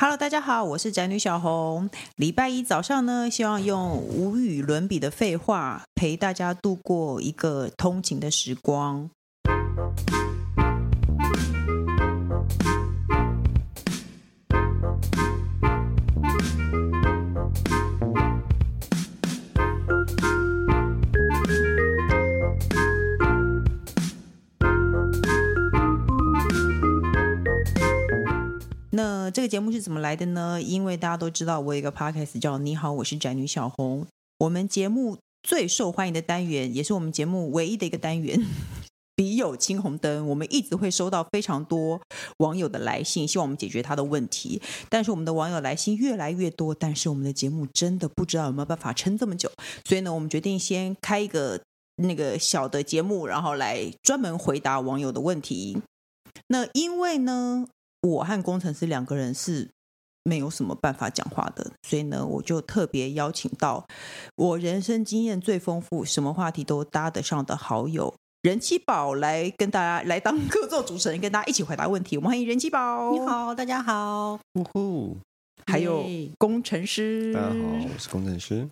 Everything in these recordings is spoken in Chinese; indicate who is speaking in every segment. Speaker 1: Hello，大家好，我是宅女小红。礼拜一早上呢，希望用无与伦比的废话陪大家度过一个通勤的时光。那这个节目是怎么来的呢？因为大家都知道，我有一个 podcast 叫《你好，我是宅女小红》。我们节目最受欢迎的单元，也是我们节目唯一的一个单元—— 笔友青红灯。我们一直会收到非常多网友的来信，希望我们解决他的问题。但是我们的网友来信越来越多，但是我们的节目真的不知道有没有办法撑这么久。所以呢，我们决定先开一个那个小的节目，然后来专门回答网友的问题。那因为呢，我和工程师两个人是没有什么办法讲话的，所以呢，我就特别邀请到我人生经验最丰富、什么话题都搭得上的好友人气宝来跟大家来当客座主持人，跟大家一起回答问题。我们欢迎人气宝，
Speaker 2: 你，好，大家好，
Speaker 3: 呜呼！
Speaker 1: 还有
Speaker 2: 耶
Speaker 1: 工程
Speaker 2: 嗯
Speaker 1: 师，
Speaker 3: 大家啊好，我是工程师。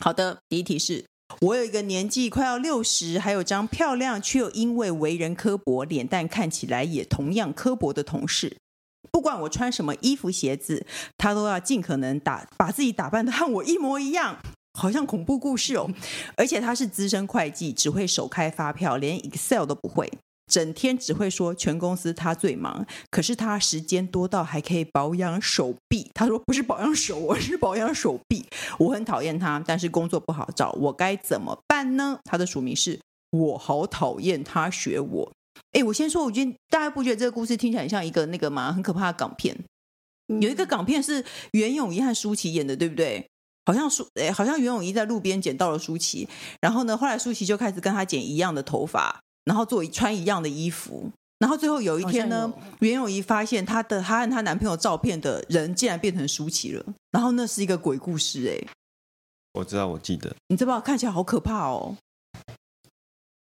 Speaker 1: 好的，第一题是。我有一个年纪快要六十，还有张漂亮却又因为为人刻薄、脸蛋看起来也同样刻薄的同事。不管我穿什么衣服、鞋子，他都要尽可能打把自己打扮的和我一模一样，好像恐怖故事哦。而且他是资深会计，只会手开发票，连 Excel 都不会，整天只会说全公司他最忙。可是他时间多到还可以保养手臂。他说不是保养手，我是保养手臂。我很讨厌他，但是工作不好找，我该怎么办呢？他的署名是我好讨厌他学我。哎，我先说，我觉得大家不觉得这个故事听起来很像一个那个嘛，很可怕的港片？
Speaker 2: 嗯
Speaker 1: 有一个港片是袁咏仪和舒淇演的，对不对？好像舒，诶，好像袁咏仪在路边捡到了舒淇，然后呢，后来舒淇就开始跟她剪一样的头发，然后做穿一样的衣服，然后最后有一天呢
Speaker 2: 好像，
Speaker 1: 袁咏仪发现她的她和她男朋友照片的人竟然变成舒淇了，然后那是一个鬼故事、诶，
Speaker 3: 我知道，我记得，
Speaker 1: 你知道看起来好可怕哦。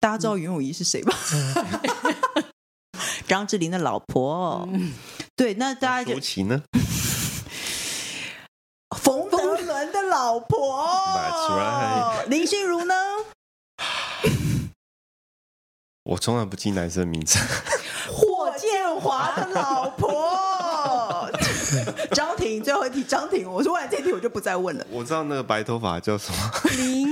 Speaker 1: 大家知道袁咏仪是谁吧？ 张智霖的老婆。哦
Speaker 2: 嗯
Speaker 1: 对，那大家
Speaker 3: 舒
Speaker 1: 就
Speaker 3: 淇呢？
Speaker 1: 冯德伦的老婆
Speaker 3: That's
Speaker 2: 哦
Speaker 3: right
Speaker 1: 林心如呢？
Speaker 3: 我从来不记男 生名字，
Speaker 1: 霍建华的老婆。 张庭，最后一题，张庭，我说完这题我就不再问了。
Speaker 3: 我知道那个白头发叫 什么。
Speaker 2: 林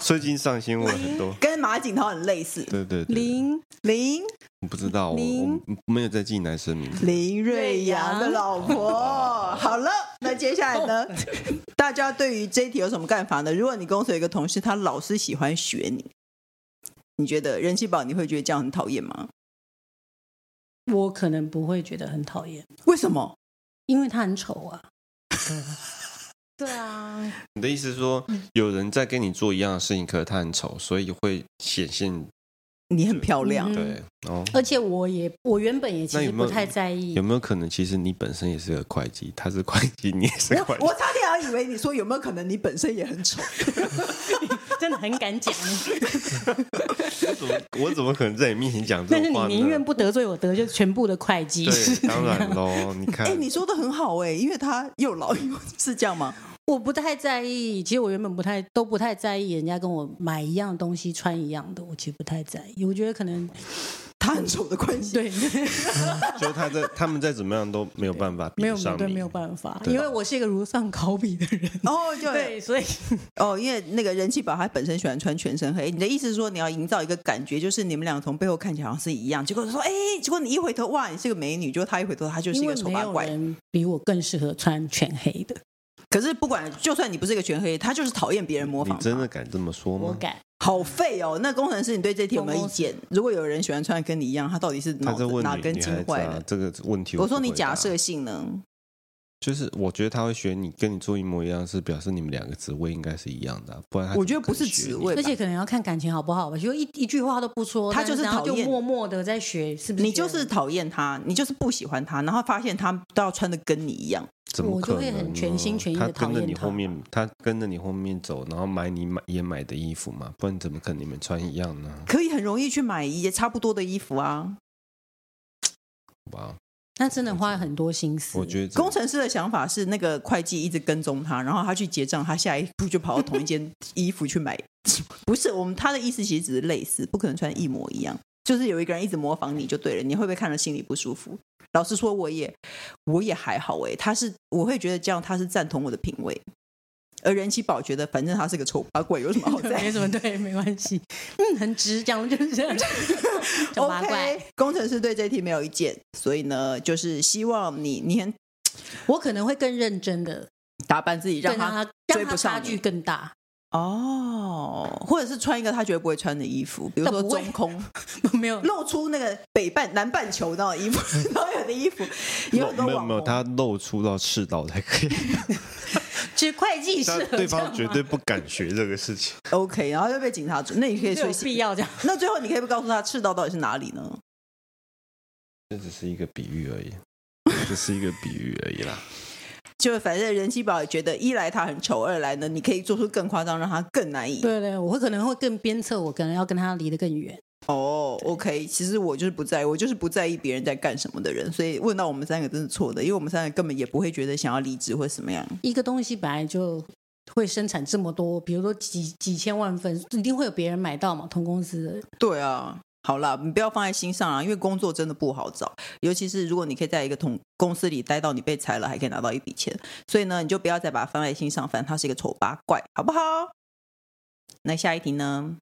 Speaker 3: 最近上新闻很多，
Speaker 1: 跟马景涛很类似，
Speaker 3: 对对对，
Speaker 2: 林
Speaker 1: 林
Speaker 3: 我不知道，我
Speaker 2: 林
Speaker 3: 我没有在记男生名字。
Speaker 1: 林瑞阳的老婆。好了，那接下来
Speaker 2: 哦
Speaker 1: 呢？ 大家对于这一题有什么看法呢？如果你公司有一个同事，他老是喜欢学你，你觉得人气宝你会觉得这样很讨厌吗？
Speaker 2: 我可能不会觉得很讨厌，
Speaker 1: 为什么？
Speaker 2: 因为他很丑啊。对啊，
Speaker 3: 你的意思是说，有人在跟你做一样的事情，可是他很丑，所以会显现
Speaker 1: 你很漂亮，
Speaker 2: 嗯
Speaker 3: 对哦。
Speaker 2: 而且我也我原本也其
Speaker 3: 那
Speaker 2: 实
Speaker 3: 有没有
Speaker 2: 不太在意
Speaker 3: 有，没有可能，其实你本身也是个会计，他是会计，你也是会
Speaker 1: 我
Speaker 3: 计
Speaker 1: 我，差点要以为你说有没有可能你本身也很丑，
Speaker 2: 真的很 敢讲。
Speaker 3: 我怎么我怎么可能在你面前讲这
Speaker 2: 但是
Speaker 3: 种
Speaker 2: 你
Speaker 3: 话
Speaker 2: 宁愿
Speaker 3: 呢？
Speaker 2: 不得罪我，得罪全部的会计。
Speaker 3: 对，当然喽，你看
Speaker 1: 哎、，你说的很好哎、因为他又老 又是这样吗？
Speaker 2: 我不太在意，其实我原本不太都不太在意人家跟我买一样东西、穿一样的，我其实不太在意。我觉得可能
Speaker 1: 他很丑的关系，
Speaker 2: 对。
Speaker 3: 就他在他们再怎么样都没有办法比
Speaker 2: 没有
Speaker 3: 上
Speaker 2: 对，
Speaker 3: 你
Speaker 2: 没有办法，
Speaker 3: 对啊
Speaker 2: 因为我是一个如丧考妣的人。
Speaker 1: 哦，就
Speaker 2: 对，所以
Speaker 1: 哦，因为那个人气宝他本身喜欢穿全身黑，你的意思是说你要营造一个感觉，就是你们俩从背后看起来好像是一样，结果说哎、结果你一回头哇，你是个美女，结果他一回头他就是一
Speaker 2: 因
Speaker 1: 个
Speaker 2: 为
Speaker 1: 丑
Speaker 2: 没
Speaker 1: 八
Speaker 2: 有
Speaker 1: 怪。
Speaker 2: 人比我更适合穿全黑的，
Speaker 1: 可是不管，就算你不是一个全黑，他就是讨厌别人模
Speaker 3: 你
Speaker 1: 仿。
Speaker 3: 真的敢这么说
Speaker 2: 我
Speaker 3: 吗？
Speaker 2: 敢。
Speaker 1: 好废哦！那工程师，你对这题有没有意见？如果有人喜欢穿跟你一样，他到底是
Speaker 3: 他
Speaker 1: 脑
Speaker 3: 在
Speaker 1: 子
Speaker 3: 问
Speaker 1: 哪
Speaker 3: 你
Speaker 1: 根筋
Speaker 3: 女孩子
Speaker 1: 坏
Speaker 3: 啊
Speaker 1: 了？
Speaker 3: 这个问题
Speaker 1: 我
Speaker 3: 不
Speaker 1: 说你
Speaker 3: 回答
Speaker 1: 假设性呢？
Speaker 3: 就是，我觉得他会选你，跟你做一模一样，是表示你们两个职位应该是一样的啊、不然他
Speaker 1: 我觉得
Speaker 3: 怎么
Speaker 1: 不
Speaker 3: 可能
Speaker 1: 是
Speaker 3: 学
Speaker 1: 职
Speaker 3: 你
Speaker 1: 位吧
Speaker 2: 而，且可能要看感情好不好吧，就一一句话都不说，
Speaker 1: 他
Speaker 2: 但
Speaker 1: 就是
Speaker 2: 然后
Speaker 1: 讨厌
Speaker 2: 就默默的在学，是不是？
Speaker 1: 你就是讨厌他，你就是不喜欢他，然后发现他都要穿的跟你一样。
Speaker 3: 怎么
Speaker 2: 我就
Speaker 3: 可
Speaker 2: 会
Speaker 3: 能呢？
Speaker 2: 很全心全意地
Speaker 3: 他跟
Speaker 2: 讨
Speaker 3: 着
Speaker 2: 厌
Speaker 3: 你
Speaker 2: 他
Speaker 3: 后面，他跟着你后面走，然后买你买也买的衣服嘛，不然怎么可能你们穿一样呢？
Speaker 1: 可以很容易去买也差不多的衣服啊。
Speaker 3: 好吧，
Speaker 2: 那真的花很多心思。
Speaker 3: 我觉得这
Speaker 1: 工程师的想法是，那个会计一直跟踪他，然后他去结账，他下一步就跑到同一 间衣服去买。不是，我们他的意思其实只是类似，不可能穿一模一样。就是有一个人一直模仿你就对了，你会不会看了心里不舒服？老实说，我也我也还好诶、他是我会觉得这样他是赞同我的品味，而任七宝觉得反正他是个丑八怪，有什么 好在
Speaker 2: 没什么对，没关系。嗯，很直，讲的就是这样。丑八怪
Speaker 1: OK，工程师对这题没有意见，所以呢，就是希望你你很
Speaker 2: 我可能会更认真的，
Speaker 1: 打扮自己，让
Speaker 2: 让
Speaker 1: 他
Speaker 2: 他
Speaker 1: 追
Speaker 2: 让
Speaker 1: 不
Speaker 2: 他
Speaker 1: 上
Speaker 2: 差
Speaker 1: 你
Speaker 2: 距更大。
Speaker 1: 哦，或者是穿一个他绝对不会穿的衣服，比如
Speaker 2: 但
Speaker 1: 说
Speaker 2: 不会
Speaker 1: 中空，
Speaker 2: 没有，
Speaker 1: 露出那个北半南半球的衣服，然后有的衣服有很多
Speaker 3: 没有
Speaker 1: 网
Speaker 3: 没有，
Speaker 1: 红，
Speaker 3: 他露出到赤道 才可以，
Speaker 2: 其实会计
Speaker 3: 但
Speaker 2: 是
Speaker 3: 对方绝对不敢学这个事情。
Speaker 1: OK，然后就被警察追，那你可以
Speaker 2: 没有
Speaker 1: 说
Speaker 2: 必要这样。
Speaker 1: 那最后你可以不告诉他赤道到底是哪里呢？
Speaker 3: 这只是一个比喻而已， 这是一个比喻而已啦。
Speaker 1: 就反正人气宝也觉得，一来他很丑，二来呢，你可以做出更夸张，让他更难以。
Speaker 2: 对对，我会可能会更鞭策我，可能要跟他离得更远。
Speaker 1: 哦、o k 其实我就是不在意，我就是不在意别人在干什么的人，所以问到我们三个真是错的，因为我们三个根本也不会觉得想要离职或什么样。
Speaker 2: 一个东西本来就会生产这么多，比如说几几千万份，一定会有别人买到嘛，同公司的。
Speaker 1: 对啊，好啦，你不要放在心上啊，因为工作真的不好找，尤其是如果你可以在一个同公司里待到你被裁了，还可以拿到一笔钱，所以呢，你就不要再把它放在心上，反正他是一个丑八怪，好不好？那下一题呢？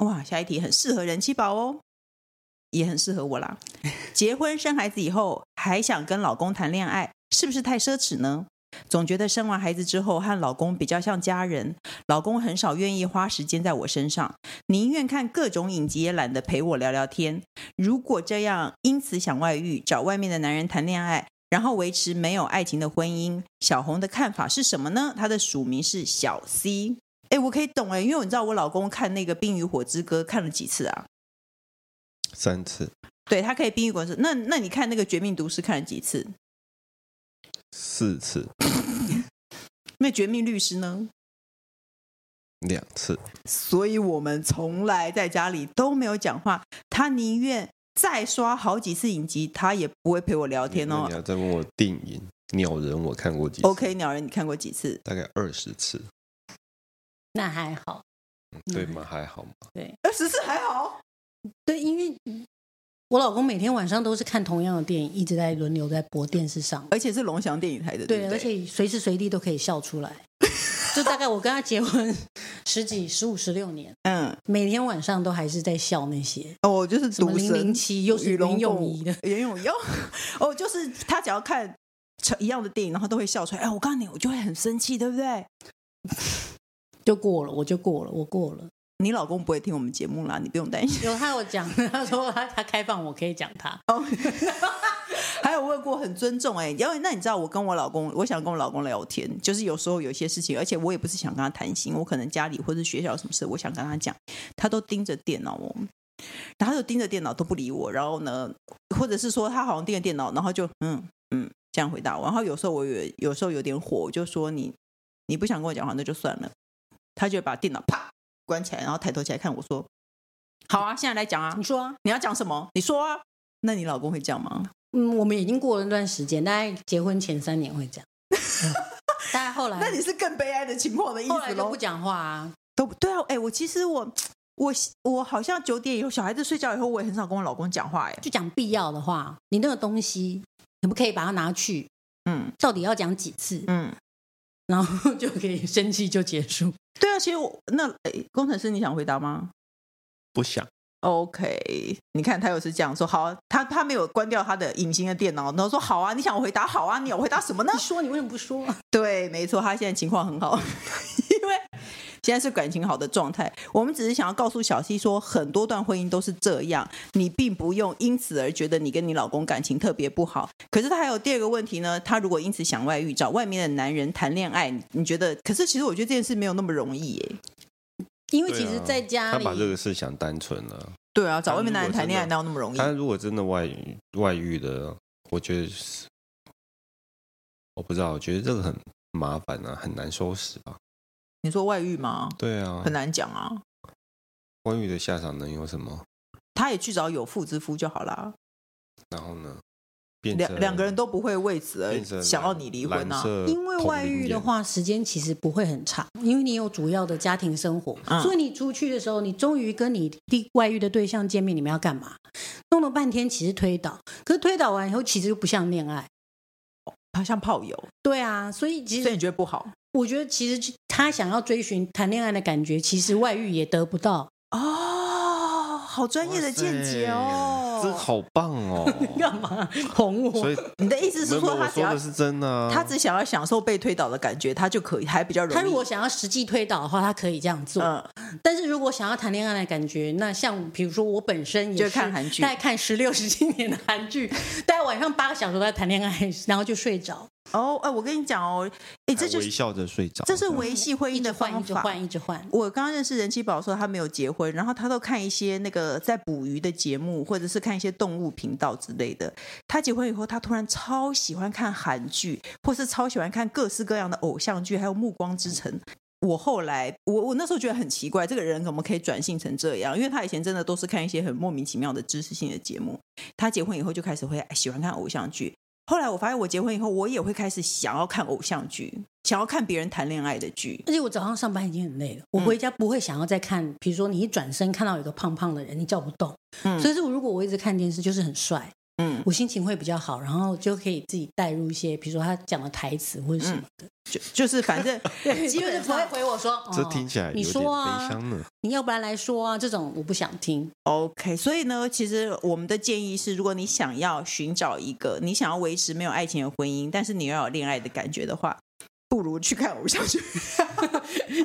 Speaker 1: 哇，下一题很适合人气宝哦，也很适合我啦。结婚生孩子以后，还想跟老公谈恋爱，是不是太奢侈呢？总觉得生完孩子之后和老公比较像家人，老公很少愿意花时间在我身上，宁愿看各种影集，也懒得陪我聊聊天。如果这样，因此想外遇，找外面的男人谈恋爱，然后维持没有爱情的婚姻，小红的看法是什么呢？她的署名是小 C。哎，我可以懂哎，因为你知道我老公看那个《冰与火之歌》看了几次啊？
Speaker 3: 三次，
Speaker 1: 对他可以《冰与火之》，那那你看那个《绝命毒师》看了几次？
Speaker 3: 四次，
Speaker 1: 那《绝命律师》呢？
Speaker 3: 两次，
Speaker 1: 所以我们从来在家里都没有讲话。他宁愿再刷好几次影集，他也不会陪我聊天
Speaker 3: 那
Speaker 1: 哦
Speaker 3: 你。要再问我电影《鸟人》，我看过几次
Speaker 1: OK，鸟人，你看过几次？
Speaker 3: 大概二十次，嗯
Speaker 2: 那还好，
Speaker 1: 嗯
Speaker 3: 对吗？还好吗？
Speaker 2: 呃
Speaker 1: 二十次还好。
Speaker 2: 对，因为我老公每天晚上都是看同样的电影，一直在轮流在播电视上。
Speaker 1: 而且是龙翔电影台的，对
Speaker 2: 对，
Speaker 1: 不
Speaker 2: 而
Speaker 1: 对，
Speaker 2: 且随时随地都可以笑出来。就大概我跟他结婚十几、十五、十六年，
Speaker 1: 嗯，
Speaker 2: 每天晚上都还是在笑那些
Speaker 1: 哦，我就是
Speaker 2: 什么
Speaker 1: 赌
Speaker 2: 零零
Speaker 1: 神、
Speaker 2: 七，又是
Speaker 1: 与龙
Speaker 2: 林
Speaker 1: 共
Speaker 2: 永
Speaker 1: 舞
Speaker 2: 仪的，
Speaker 1: 袁咏仪哦，哦，就是他只要看成一样的电影，然后都会笑出来。哎，我告诉你，我就会很生气，对不对？
Speaker 2: 就过了，我就过了，我过了。
Speaker 1: 你老公不会听我们节目啦，你不用担心。
Speaker 2: 有他有讲，他说他他开放我可以讲他，
Speaker 1: 还有问过很尊重哎、因为那你知道我跟我老公，我想跟我老公聊天，就是有时候有些事情，而且我也不是想跟他谈心，我可能家里或是学校有什么事，我想跟他讲，他都盯着电脑哦，然后他就盯着电脑都不理我，然后呢，或者是说他好像盯着电脑，然后就嗯嗯这样回答我，然后有时候我有有时候有点火，我就说你你不想跟我讲话那就算了，他就会把电脑啪关起来，然后抬头起来看我说，好啊，现在来讲啊
Speaker 2: 你，说啊？
Speaker 1: 你要讲什么？你说啊。那你老公会这样吗？
Speaker 2: 嗯，我们已经过了一段时间，大概结婚前三年会这样， 大概后来
Speaker 1: 嗯那你是更悲哀的情况的意
Speaker 2: 后来
Speaker 1: 思
Speaker 2: 就
Speaker 1: 喽
Speaker 2: 不？讲话啊，
Speaker 1: 都对啊，哎、我其实我我我好像九点以后，小孩子睡觉以后，我也很少跟我老公讲话、哎，
Speaker 2: 就讲必要的话。你那个东西可不可以把它拿去？
Speaker 1: 嗯
Speaker 2: 到底要讲几次？
Speaker 1: 嗯，
Speaker 2: 然后就可以生气就结束。
Speaker 1: 对啊，其实我那、哎工程师，你想回答吗
Speaker 3: 不想，
Speaker 1: ？OK，你看他有是这样说，好啊，他他没有关掉他的隐形的电脑，然后说好啊，你想我回答好啊，你想我回答什么呢
Speaker 2: 你？说你为什么不说？
Speaker 1: 对，没错，他现在情况很好， 因为现在是感情好的状态。我们只是想要告诉小溪说，很多段婚姻都是这样，你并不用因此而觉得你跟你老公感情特别不好。可是他还有第二个问题呢，他如果因此想外遇，找外面的男人谈恋爱，你你觉得？可是其实我觉得这件事没有那么容易耶。
Speaker 2: 因为其
Speaker 3: 对
Speaker 2: 实
Speaker 3: 啊
Speaker 2: 在家
Speaker 3: 他
Speaker 2: 里，
Speaker 3: 把这个事想单纯了。
Speaker 1: 对啊，找外面男人
Speaker 3: 他如果
Speaker 1: 谈恋爱
Speaker 3: 真
Speaker 1: 哪有那么容易？
Speaker 3: 他如果真的外遇外遇的，我觉得是我不知道，我觉得这个很麻烦啊，很难收拾吧？
Speaker 1: 你说外遇吗？
Speaker 3: 对啊，
Speaker 1: 很难讲啊。
Speaker 3: 外遇的下场能有什么？
Speaker 1: 他也去找有妇之夫就好啦。
Speaker 3: 然后呢？变
Speaker 1: 两
Speaker 3: 成
Speaker 1: 两个人都不会为此而
Speaker 3: 变成
Speaker 1: 想要你离婚
Speaker 3: 蓝
Speaker 1: 啊。
Speaker 3: 色
Speaker 2: 因为外遇的话，时间其实不会很长，因为你有主要的家庭生活，
Speaker 1: 嗯
Speaker 2: 所以你出去的时候，你终于跟你第外遇的对象见面，你们要干嘛？弄了半天，其实推导，可是推导完以后，其实就不像恋爱。
Speaker 1: 他像炮友，
Speaker 2: 对啊，所以
Speaker 1: 所
Speaker 2: 其
Speaker 1: 以
Speaker 2: 实
Speaker 1: 你觉得不好
Speaker 2: 我觉得，其实他想要追寻谈恋爱的感觉，其实外遇也得不到。
Speaker 1: 哦？好专业的见解哦
Speaker 3: 哇，塞这好棒 哦！
Speaker 2: 干嘛哄我？
Speaker 3: 所以
Speaker 1: 你的意思是
Speaker 3: 没有
Speaker 1: 说
Speaker 3: 没有我
Speaker 1: 他只
Speaker 3: 说
Speaker 1: 要
Speaker 3: 的是真的啊，
Speaker 1: 他只想要享受被推倒的感觉，他就可以还比较容易。
Speaker 2: 他如果想要实际推导的话，他可以这样做。
Speaker 1: 嗯，
Speaker 2: 但是如果想要谈恋爱的感觉，那像比如说我本身也
Speaker 1: 就是看韩剧
Speaker 2: 大概看十六十七年的韩剧，大概晚上八个小时都在谈恋爱，然后就睡着，
Speaker 1: 哦，哎，我跟你讲哦，哎，这
Speaker 3: 还
Speaker 1: 就
Speaker 3: 啊微
Speaker 1: 是
Speaker 3: 笑着睡着，
Speaker 1: 这是维系婚
Speaker 2: 一
Speaker 1: 姻
Speaker 2: 直
Speaker 1: 的
Speaker 2: 换，
Speaker 1: 方
Speaker 2: 一直
Speaker 1: 法。
Speaker 2: 换，一直换。
Speaker 1: 我刚认识人气宝的时候，他没有结婚，然后他都看一些那个在捕鱼的节目，或者是看一些动物频道之类的。他结婚以后，他突然超喜欢看韩剧，或是超喜欢看各式各样的偶像剧，还有《暮光之城》。我后来，我我那时候觉得很奇怪，这个人怎么可以转性成这样？因为他以前真的都是看一些很莫名其妙的知识性的节目。他结婚以后就开始会哎喜欢看偶像剧。后来我发现，我结婚以后，我也会开始想要看偶像剧，想要看别人谈恋爱的剧。
Speaker 2: 而且我早上上班已经很累了，
Speaker 1: 嗯
Speaker 2: 我回家不会想要再看。比如说，你一转身看到有个胖胖的人，你叫不动。
Speaker 1: 嗯
Speaker 2: 所以，如果我一直看电视，就是很帅，
Speaker 1: 嗯，
Speaker 2: 我心情会比较好，然后就可以自己带入一些，比如说他讲的台词或者什么的，
Speaker 1: 就就是反 正基
Speaker 2: 就是
Speaker 1: 本
Speaker 2: 不会
Speaker 1: 上
Speaker 2: 回我说。
Speaker 3: 这
Speaker 2: 哦
Speaker 3: 听起来有
Speaker 2: 你
Speaker 3: 点
Speaker 2: 说啊
Speaker 3: 悲伤呢。
Speaker 2: 你要不然来说啊，这种我不想听。
Speaker 1: OK。所以呢，其实我们的建议是，如果你想要寻找一个你想要维持没有爱情的婚姻，但是你又要有恋爱的感觉的话，不如去看偶像剧。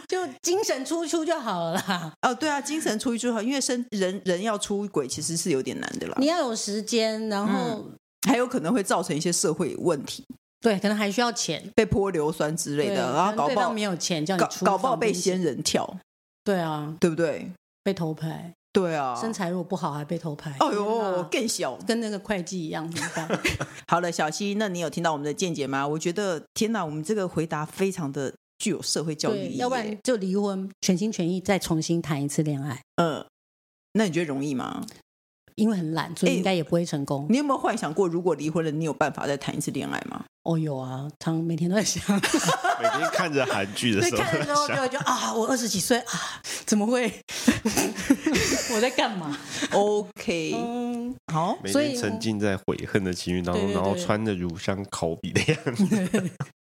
Speaker 2: 就精神出出就好了 啦。
Speaker 1: 哦，对啊，精神出一出好，因为身人人要出轨其实是有点难的啦
Speaker 2: 你，要有时间，然后、
Speaker 1: 还有可能会造成一些社会问题，
Speaker 2: 对，可能还需要钱。
Speaker 1: 被泼硫酸之类
Speaker 2: 对
Speaker 1: 的，然后
Speaker 2: 可能
Speaker 1: 搞
Speaker 2: 对
Speaker 1: 不
Speaker 2: 方
Speaker 1: 好
Speaker 2: 没有钱叫你
Speaker 1: 搞
Speaker 2: 出
Speaker 1: 搞不好
Speaker 2: 放
Speaker 1: 被
Speaker 2: 风险
Speaker 1: 仙人跳，
Speaker 2: 对啊，
Speaker 1: 对不对？
Speaker 2: 被偷拍，
Speaker 1: 对啊，
Speaker 2: 身。材如果不好还被偷拍。
Speaker 1: 哦
Speaker 2: 天
Speaker 1: 呦
Speaker 2: 哪，
Speaker 1: 更小。
Speaker 2: 跟那个会计一样，怎么办？
Speaker 1: 好了，小溪，那你有听到我们的见解吗？我觉得，天哪，我们这个回答非常的具有社会教育
Speaker 2: 对
Speaker 1: 意义，耶。
Speaker 2: 要不然就离婚，全心全意再重新谈一次恋爱，
Speaker 1: 嗯，那你觉得容易吗？
Speaker 2: 因为很懒，所以
Speaker 1: 哎
Speaker 2: 应该也不会成功。
Speaker 1: 你有没有幻想过，如果离婚了，你有办法再谈一次恋爱吗？
Speaker 2: 哦，有啊，常每天都在想，
Speaker 3: 每天看着韩剧的
Speaker 2: 对，
Speaker 3: 时候
Speaker 2: 看了之后就
Speaker 3: 想，
Speaker 2: 会觉得啊，我二十几岁啊，怎么会？ 我在干嘛？
Speaker 1: OK，
Speaker 2: 嗯，
Speaker 1: 好，
Speaker 3: 每
Speaker 2: 所以
Speaker 3: 天沉浸在悔恨的情绪当中，
Speaker 2: 对对对
Speaker 3: 然后穿着乳香考比的 样子。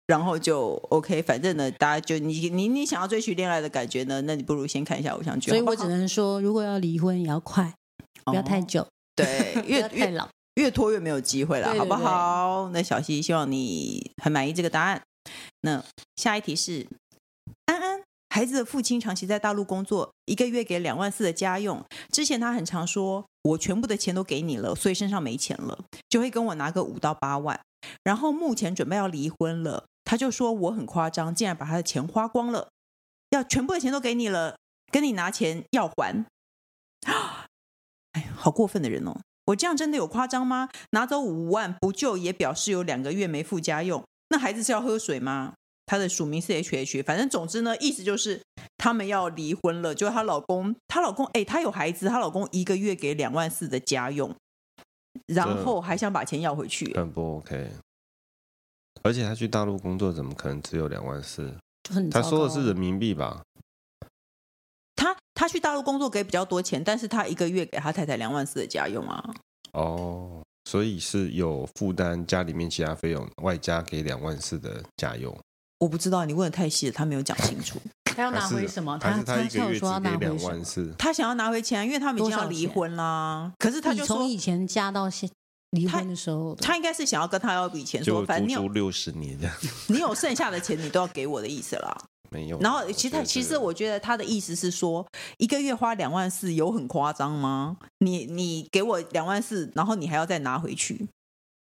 Speaker 1: 然后就 OK，反正呢，大家就你你你想要追寻恋爱的感觉呢，那你不如先看一下偶像剧，
Speaker 2: 所以
Speaker 1: 好不
Speaker 2: 我
Speaker 1: 好
Speaker 2: 只能说，如果要离婚，也要快，不要太
Speaker 1: 哦
Speaker 2: 久，
Speaker 1: 对，
Speaker 2: 不
Speaker 1: 越
Speaker 2: 要太
Speaker 1: 越
Speaker 2: 老。
Speaker 1: 越拖越没有机会了，
Speaker 2: 对对
Speaker 1: 好不好？那小溪希望你很满意这个答案。那下一题是安安。孩子的父亲长期在大陆工作，一个月给两万四的家用。之前他很常说：“我全部的钱都给你了，所以身上没钱了。”就会跟我拿个五到八万。然后目前准备要离婚了，他就说我很夸张，竟然把他的钱花光了，要全部的钱都给你了，跟你拿钱要还。哎，好过分的人哦！我这样真的有夸张吗？拿走五万不救，也表示有两个月没付家用，那孩子是要喝水吗？他的署名是 H H，反正总之呢，意思就是他们要离婚了。就她老公，她老公哎，她有孩子，她老公一个月给两万四的家用，然后还想把钱要回去。
Speaker 3: 很不 OK。而且他去大陆工作，怎么可能只有两万四？
Speaker 2: 就很糟
Speaker 3: 他
Speaker 2: 糕啊
Speaker 3: 说的是人民币吧？
Speaker 1: 他他去大陆工作给比较多钱，但是他一个月给他太太两万四的家用啊。
Speaker 3: 哦，所以是有负担家里面其他费用，外加给两万四的家用。
Speaker 1: 我不知道你问的太细了，他没有讲清楚。
Speaker 2: 他要拿回什么？
Speaker 3: 还是
Speaker 2: 他
Speaker 3: 还是他一
Speaker 2: 他
Speaker 3: 个
Speaker 2: 有
Speaker 3: 月
Speaker 2: 说要
Speaker 3: 只
Speaker 2: 拿
Speaker 3: 给
Speaker 2: 回
Speaker 3: 两
Speaker 2: 什么
Speaker 3: 万？四？
Speaker 1: 他想要拿回钱啊，因为他们已经要离婚啦。可是他
Speaker 2: 你
Speaker 1: 就
Speaker 2: 从
Speaker 1: 说，
Speaker 2: 以前嫁到现离婚的时候的，
Speaker 1: 他应该是想要跟他要笔钱，说
Speaker 3: 就
Speaker 1: 反
Speaker 3: 足
Speaker 1: 正你
Speaker 3: 足
Speaker 1: 有
Speaker 3: 六十年这样，
Speaker 1: 你有剩下的钱，你都要给我的意思 啦。
Speaker 3: 没有。
Speaker 1: 然后其实他
Speaker 3: 觉得
Speaker 1: 其实
Speaker 3: 这个
Speaker 1: 我觉得他的意思是说，一个月花两万四有很夸张吗？你你给我两万四，然后你还要再拿回去，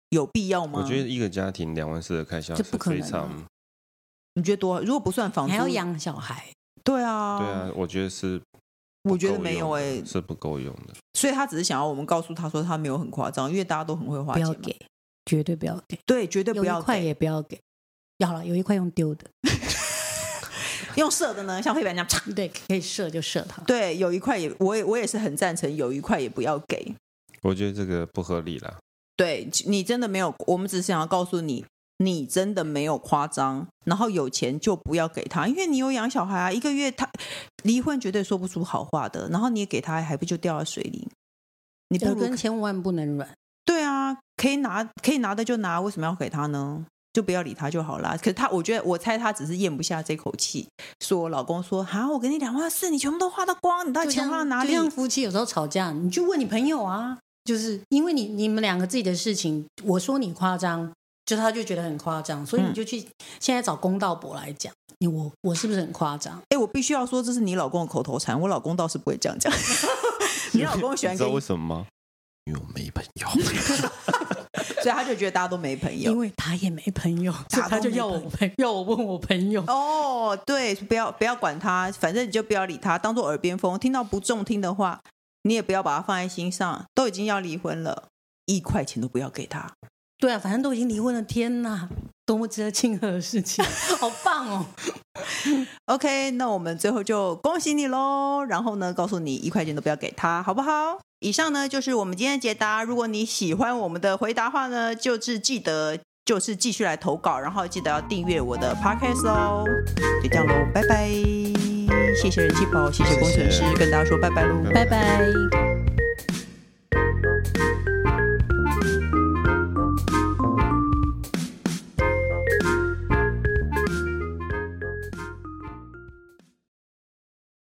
Speaker 1: 有必要吗？
Speaker 3: 我觉得一个家庭两万四的开销
Speaker 2: 这
Speaker 3: 是
Speaker 2: 不可能
Speaker 3: 非
Speaker 2: 啊
Speaker 3: 常，
Speaker 1: 你觉得多？如果不算房
Speaker 2: 你
Speaker 1: 租，
Speaker 2: 还要养小孩，
Speaker 1: 对啊，
Speaker 3: 对啊，我觉得是不
Speaker 1: 我
Speaker 3: 够用的，
Speaker 1: 觉得没有欸
Speaker 3: 是不够用的。
Speaker 1: 所以他只是想要我们告诉他说他没有很夸张，因为大家都很会花
Speaker 2: 不
Speaker 1: 钱嘛，
Speaker 2: 要给，绝对不要给，
Speaker 1: 对，绝对
Speaker 2: 有
Speaker 1: 不要
Speaker 2: 一块
Speaker 1: 给。
Speaker 2: 也不要给。要了，有一块用丢的，
Speaker 1: 用射的呢，像黑板那样啪。
Speaker 2: 对，可以射就射它。
Speaker 1: 对，有一块也，我也我也是很赞成，有一块也不要给。
Speaker 3: 我觉得这个不合理啦。
Speaker 1: 对你真的没有，我们只是想要告诉你，你真的没有夸张。然后有钱就不要给他，因为你有养小孩啊，一个月他离婚绝对说不出好话的。然后你也给他，还不就掉在水里？你不
Speaker 2: 耳
Speaker 1: 如
Speaker 2: 根千万不能软。
Speaker 1: 对啊，可以拿可以拿的就拿，为什么要给他呢？就不要理他就好啦。可是他，我觉得我猜他只是咽不下这口气，说老公说哈，我给你两万四，你全部都花到光，你到底
Speaker 2: 就
Speaker 1: 钱花到
Speaker 2: 像
Speaker 1: 哪
Speaker 2: 就
Speaker 1: 里？
Speaker 2: 像夫妻有时候吵架，你去问你朋友啊，就是因为你你们两个自己的事情，我说你夸张，就他就觉得很夸张，所以
Speaker 1: 嗯
Speaker 2: 你就去、现在找公道伯来讲，你我我是不是很夸张？
Speaker 1: 哎、我必须要说，这是你老公的口头禅，我老公倒是不会这样讲。 你老公喜欢
Speaker 3: 你知
Speaker 1: 跟
Speaker 3: 道
Speaker 1: 你
Speaker 3: 为，什么吗？因为我没朋 友。
Speaker 1: 所以他就觉得大家都没朋友
Speaker 2: 因。为他也没朋友，所以
Speaker 1: 打
Speaker 2: 他
Speaker 1: 都
Speaker 2: 就
Speaker 1: 没
Speaker 2: 要我
Speaker 1: 朋
Speaker 2: 朋要我问我朋友。
Speaker 1: 哦，对，不要不要管他，反正你就不要理他，当做耳边风。听到不中听的话，你也不要把它放在心上。都已经要离婚了，一块钱都不要给他。
Speaker 2: 对啊，反正都已经离婚了，天哪，多么值得庆贺的 事情，好棒哦！
Speaker 1: OK，那我们最后就恭喜你喽。然后呢，告诉你一块钱都不要给他，好不好？以上呢就是我们今天的解答。如果你喜欢我们的回答话呢，就是记得就是继续来投稿，然后记得要订阅我的 Podcast 哦。就这样喽，拜拜！谢谢人气宝，谢谢工程师，
Speaker 3: 谢谢
Speaker 1: 跟大家说拜拜喽，
Speaker 2: 拜
Speaker 3: 拜
Speaker 2: 拜。